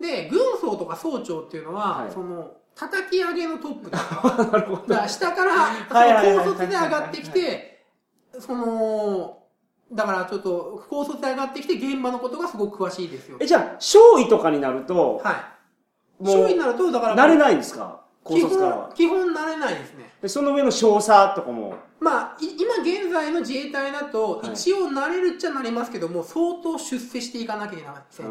B: で、軍曹とか総長っていうのは、
A: はい
B: その、叩き上げのトッ プだから。
A: なるほど。
B: だから下か
A: い
B: ら
A: はいはい
B: その高卒で上がってきて、その、だからちょっと高卒で上がってきて現場のことがすごく詳しいですよ。
A: え、じゃあ、少尉とかになると、
B: はい。
A: も
B: 将棋に
A: う、
B: なると、だから、
A: なれないんですか高
B: 基
A: 卒からは
B: 本、。基本なれないですね。
A: でその上の少佐とかも。
B: まあ、い今現在の自衛隊だと、
A: はい
B: 一応なれるっちゃなりますけども、相当出世していかなきゃいけなく
A: あ
B: て、
A: あ、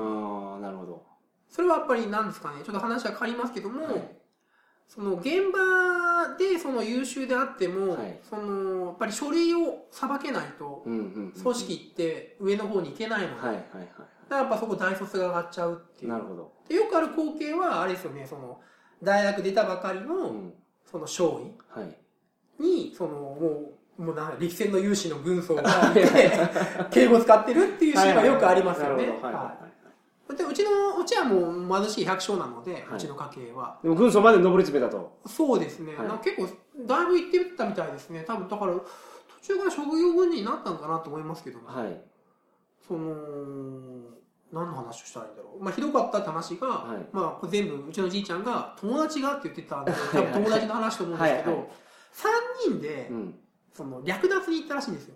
A: なるほど。
B: それはやっぱりなんですかね、ちょっと話は変わりますけども、
A: はい
B: その現場でその優秀であっても、
A: はい
B: その、やっぱり書類をさばけないと、
A: うんうんうん。
B: 組織って上の方に行けないので、
A: はいはいは
B: だからやっぱそこ大卒が上がっちゃうって
A: い。
B: いう
A: な。るほど。
B: でよくある光景は、あれですよね、その、大学出たばかり
A: う
B: の、
A: ん。
B: その、少尉。
A: はい。
B: に、その、もう、もうなんか、力戦の勇士の 軍曹がいて、敬語使ってるっていうシーンがよくありますよ
A: な
B: ね。
A: るほどはいはい
B: は
A: はい
B: い。で、うちの、うちはもう貧しい百姓なので、
A: はいう
B: ちの家系は。
A: でも軍曹まで上り詰めたと。
B: そうですね。
A: はい
B: なんか結構、だいぶ行ってたみたいですね。多分、だから、途中から職業軍人になったのかなと思いますけども、
A: はい。
B: その、何の話をしたらいいんだろう。まあ、ひどかったって話が、
A: はい
B: まあ、これ全部、うちのじいちゃんが、友達がって言ってたんで、
A: は
B: 多
A: いはい
B: 分友達の話と思うんですけど、
A: はいは
B: 3人で
A: う、ん。
B: その、略奪に行ったらしいんですよ。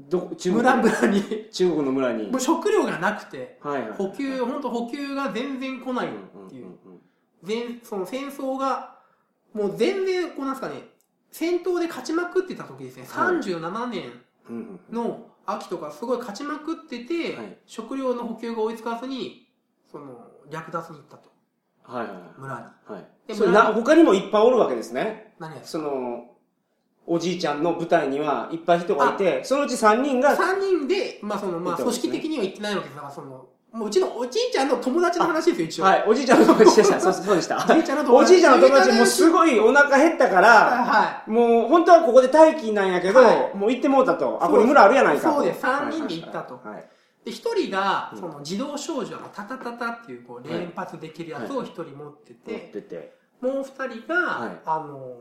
A: ど、中国
B: 村。々に。
A: 中国の村に
B: も。う食料がなくて、
A: はいはい。
B: 補給、本当補給が全然来ないっていう。全、その戦争が、もう全然、こうなんですかね、戦闘で勝ちまくってた時ですね、
A: はい
B: 37年
A: うんうんうん
B: の秋とかすごい勝ちまくってて、
A: はい
B: 食料の補給が追いつかずに、その、略奪に行ったと。
A: はいは
B: 村に。
A: いはい。は
B: で
A: い。それな、他にもいっぱいおるわけですね。
B: 何や
A: その、おじいちゃんの舞台にはいっぱい人がいて、そのうち3人が、
B: 3人で、まあその、まあ
A: いたわ
B: 組
A: けですね
B: 織的には行ってないわけですだから、その、もううちのおじいちゃんの友達の話ですよ、一応。
A: はい、おじいちゃんの友達 でした。そうそうでした。
B: おじいちゃんの友
A: お
B: 達
A: じいちゃんの友達もうすごいお腹減ったから、
B: は
A: もう本当はここで待機なんやけど、
B: はい
A: もう行ってもうたと。あ、
B: そう
A: これ村あるやないかと。
B: そうです3人で行ったと
A: はいはいはい
B: い。で、一人が
A: う、ん
B: その、自動少女のタタタタっていう、こう、連発できるやつを一人持って、
A: 持ってて。
B: もう二人が、
A: はい
B: あの、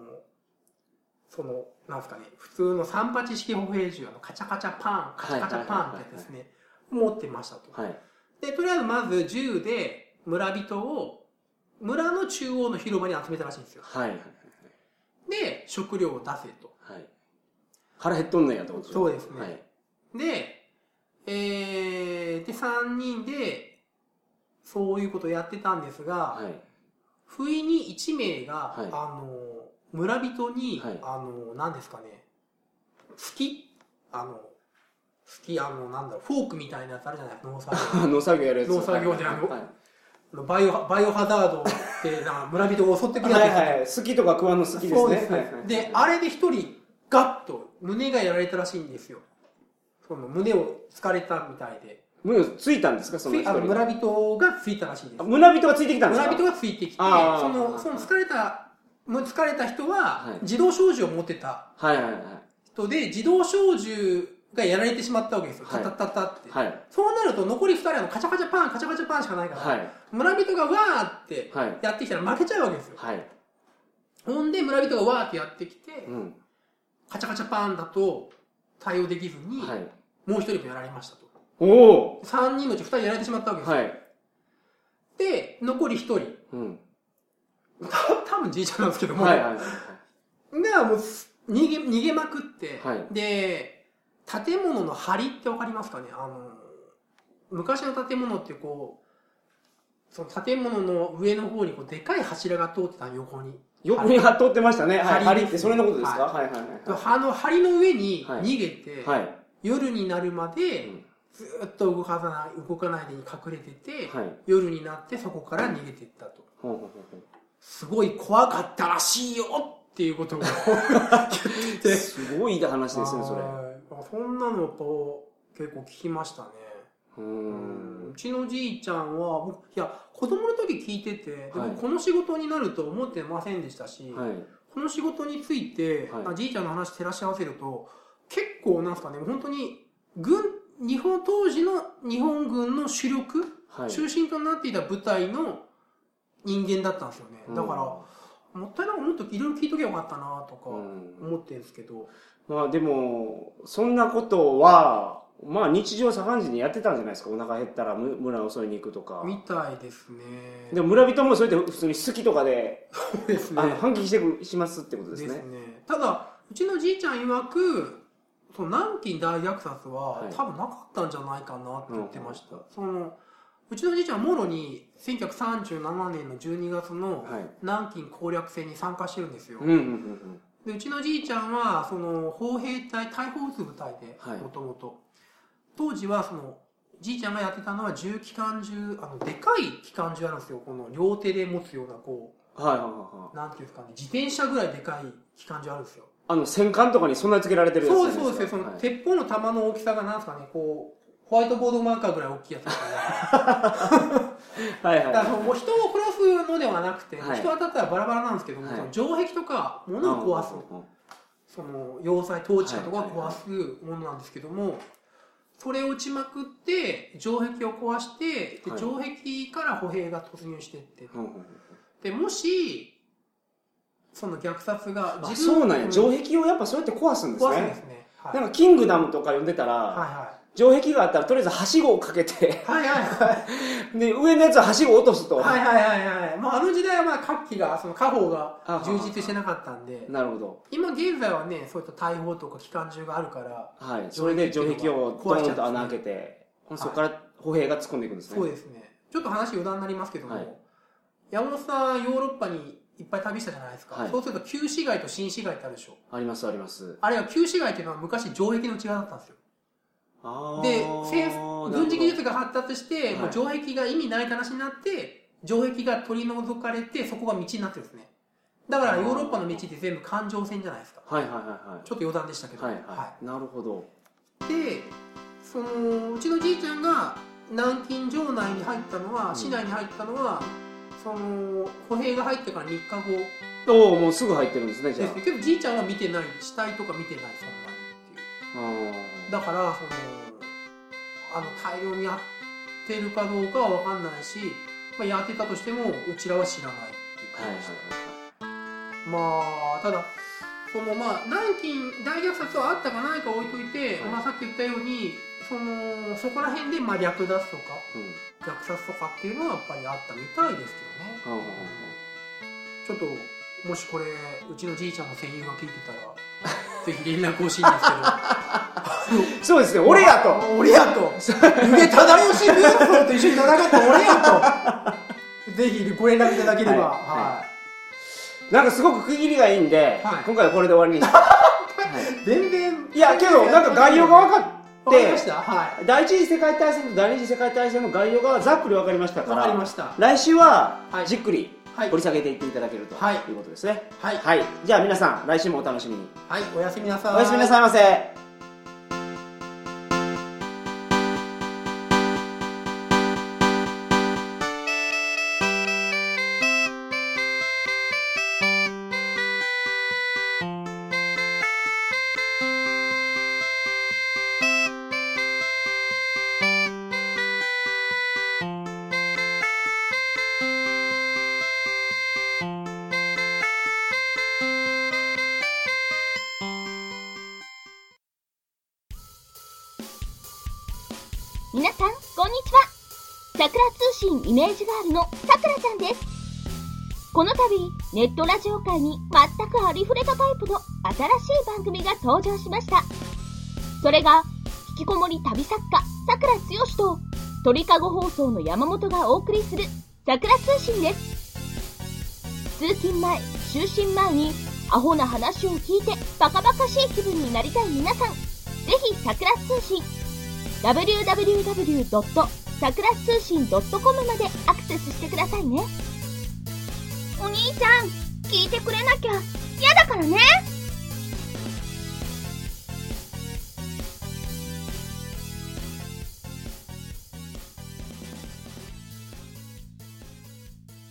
B: その、なんですかね、普通の三八式歩兵銃、あの、カチャカチャパン、カチャカチャパンってやつですね、持ってましたと。
A: はい。
B: で、とりあえずまず銃で村人を村の中央の広場に集めたらしいんですよ。
A: はい。はい。
B: で、食料を出せと。
A: はい。腹減っとんねんやってこと
B: そうですね
A: はい。
B: で、えー、で、3人で、そういうことをやってたんですが、
A: はい。
B: 不意に1名が、
A: はい
B: あの、村人に、
A: はい
B: あの、何ですかね、好きあの、好き、あの、なんだろう、フォークみたいなやつあるじゃないですか、農作 業。
A: 農作業やるやつ。
B: 農作業であの
A: はい
B: あのバイオ、バイオハザード って、なんか村人を襲ってくるやつ
A: は
B: で
A: い
B: すよね
A: はい。好きとか食わんの好きですね。
B: そうです、
A: はいはい
B: で、あれで一人、ガッと胸がやられたらしいんですよ。その胸を突かれたみたいで。
A: 胸をついたんですかその
B: つ
A: 一
B: いあの
A: 人
B: 村人がついたらしいです。
A: 村人がついてきたんですか
B: 村人がついてきて、そ
A: あー
B: の、その疲れた、もう疲れた人
A: は、
B: はい自動小銃を持ってた
A: はいはいはい。
B: 人で、自動小銃がやられてしまったわけですよ。
A: は
B: タ
A: い
B: タタタって。
A: はい。
B: そうなると残り二人はもうカチャカチャパン、カチャカチャパンしかないから、
A: はい。
B: 村人がわーって
A: はい。
B: やってきたら負けちゃうわけですよ。
A: はい。
B: ほんで村人がわーってやってきて、
A: うん。
B: カチャカチャパンだと対応できずに、
A: はい。
B: もう一人もやられましたと。
A: おお
B: 3人のうち2人やられてしまったわけですよ。
A: はい。
B: で、残り1人、
A: うん。
B: た多分じいちゃんなんですけども、
A: はいはいはい。
B: がもうす逃げ逃げまくって、
A: はい
B: で、建物の梁ってわかりますかねあの、昔の建物ってこう、その建物の上の方にこうでかい柱が通ってたの横に。
A: 横に貼っとってましたね。はい。
B: 針
A: 針ってそれのことですかはいはいは
B: あの梁の上に
A: はい
B: 逃げて、
A: い。はい。
B: 夜になるまで
A: うん
B: ずーっと動かさない、動かないでに隠れてて、
A: はい。
B: 夜になってそこから逃げていったと。
A: ほうほうほうほう
B: すごい怖かったらしいよっていうことを言ってて。
A: すごい話ですね、それ。
B: はいそんなのやっぱ結構聞きましたね。
A: うー
B: うん
A: ん
B: う。ちのじいちゃんは、僕いや、子供の時聞いてて、でも
A: はい
B: この仕事になると思ってませんでしたし、
A: はい。
B: この仕事について、
A: はい
B: あじいちゃんの話照らし合わせると、結構なんすかね、本当に、軍、日本、当時の日本軍の主力、
A: はい。
B: 中心となっていた部隊の人間だったんですよね。だから、もったいないもっといろいろ聞いとけばよかったなとか
A: うん、うん
B: 思ってるんですけど、
A: まあでも、そんなことは、まあ日常茶飯事にやってたんじゃないですか。お腹減ったらむ村を襲いに行くとか。
B: みたいですね。
A: でも村人もそれで普通に好きとかで、
B: そうですね
A: あ。の、反撃してくしますってことですね。
B: ただ、うちのじいちゃん曰く、その南京大虐殺は、
A: はい
B: 多分なかったんじゃないかなって言ってました。そのうちのじいちゃんはもろに1937年の12月の
A: はい。
B: 南京攻略戦に参加してるんですよ。
A: うんうんうんうん。
B: でうちのじいちゃんはその砲兵隊大砲撃つ部隊で
A: はい
B: もともと当時はそのじいちゃんがやってたのは重機関銃あのでかい機関銃あるんですよこの両手で持つようなこ
A: はいはいはいは
B: うなんていうんですかね自転車ぐらいでかい機関銃あるんですよ
A: い。あの、戦艦とかにそんなにつけられてるやつ
B: そうですそうですよその、
A: はい
B: 鉄砲の弾の大きさがなんですかねこうホワイトボードマーカーぐらい大きいやつですよね
A: はいは
B: だ
A: い
B: からそのもう人を殺すのではなくて、
A: はい
B: 人当たったらバラバラなんですけども、
A: はい
B: その城壁とか物を壊すその要塞統治下とか
A: はいはいは
B: 壊
A: い
B: すものなんですけども、それを打ちまくって城壁を壊してで
A: はい
B: 城壁から歩兵が突入してって、
A: うんうんうんうん
B: でもしその虐殺が
A: あそうなんや。城
B: 壁
A: 壁をやっぱそうやって壊すんです
B: 壊すんで
A: ね。
B: すねはい
A: なんか、キングダムとか読んでたら、
B: は
A: 城壁があったらとりあえずはしごをかけて、
B: いはいはいはい
A: で、上のやつははしごを落とすと。
B: はいはいはいはいはいまああの時代はまあ各機がその家宝
A: あ
B: が
A: は
B: 充実してなかったんで
A: なるほど。
B: 今現在はねそういった大砲とか機関銃があるから
A: はい。それで城壁をドーンと穴開けて、
B: 壊しち
A: そ
B: ゃうんですね
A: こから歩兵が突っ込んでいくんですね。
B: そうですね。ちょっと話余談になりますけども、
A: はい
B: 山本さんヨーロッパにいっぱい旅したじゃないですか。
A: はい
B: そうすると旧市街と新市街ってあるでしょ。
A: ありますあります。
B: あれは旧市街っていうのは昔城壁の内側だったんですよ。
A: あー
B: で、
A: な
B: 戦
A: るほど
B: 軍事技術が発達して、
A: はい
B: もう城壁が意味ない話になって、城壁が取り除かれて、そこが道になってるんですね。だからヨーロッパの道って全部環状線じゃないですか
A: はいはいは
B: ちょっと余談でしたけ
A: い
B: ど、
A: はいはいはいなるほど
B: いでそのうちのじいちゃんが南京城内に入ったのは、
A: うん
B: 市内に入ったのはその歩兵が入ってから3日後
A: おおもうすぐ入ってるんですねじ
B: で
A: ゃ
B: すねけどじいちゃんは見てない死体とか見てないそんなにっていう
A: ああ
B: だからそのあの大量にやってるかどうかは分かんないし、まあ、やってたとしてもうちらは知らないっていう
A: ーはい
B: 感
A: はいは
B: じで
A: い
B: した、まあただそのまあ南京大虐殺はあったかないか置いといて、
A: はい
B: まあ、さっき言ったようにそのそこら辺でまあ略奪とか
A: うん
B: 虐殺とかっていうのはやっぱりあったみたいですけ
A: は
B: ど
A: あ
B: ね
A: は、
B: ちょっともしこれうちのじいちゃんの声優が聞いてたら ぜひ連絡欲しいんですけど。
A: あはあそうですね俺やと
B: 俺やと湯気忠義軍曹と一緒に戦った俺やとぜひご連絡いただければ
A: はい
B: は
A: なんかすごく区切りがいいんで
B: はい
A: 今回はこれで終わりにして はい
B: い全然
A: いやけどなんか概要が分か
B: わ
A: っ
B: かりま
A: て
B: したは
A: 第一次世界大戦と第二次世界大戦の概要がざっくり分かりました
B: い
A: か
B: わかりま
A: ら
B: した
A: 来週は
B: はい
A: じっくり
B: はい
A: 掘り下げていっていただけると
B: はい
A: いうことですね
B: はい
A: はいじゃあ皆さん来週もお楽しみに
B: はいおやすみなさい
A: おやすみなさいませ
C: 皆さん、こんにちは。桜通信イメージガールのさくらちゃんです。この度、ネットラジオ界に全くありふれたタイプの新しい番組が登場しました。それが、引きこもり旅作家、さくらつよしと、鳥かご放送の山本がお送りする、さくら通信です。通勤前、就寝前に、アホな話を聞いて、バカバカしい気分になりたい皆さん、ぜひ、さくら通信、www. さくら通信 .com までアクセスしてくださいね。お兄ちゃん、聞いてくれなきゃ嫌だからね。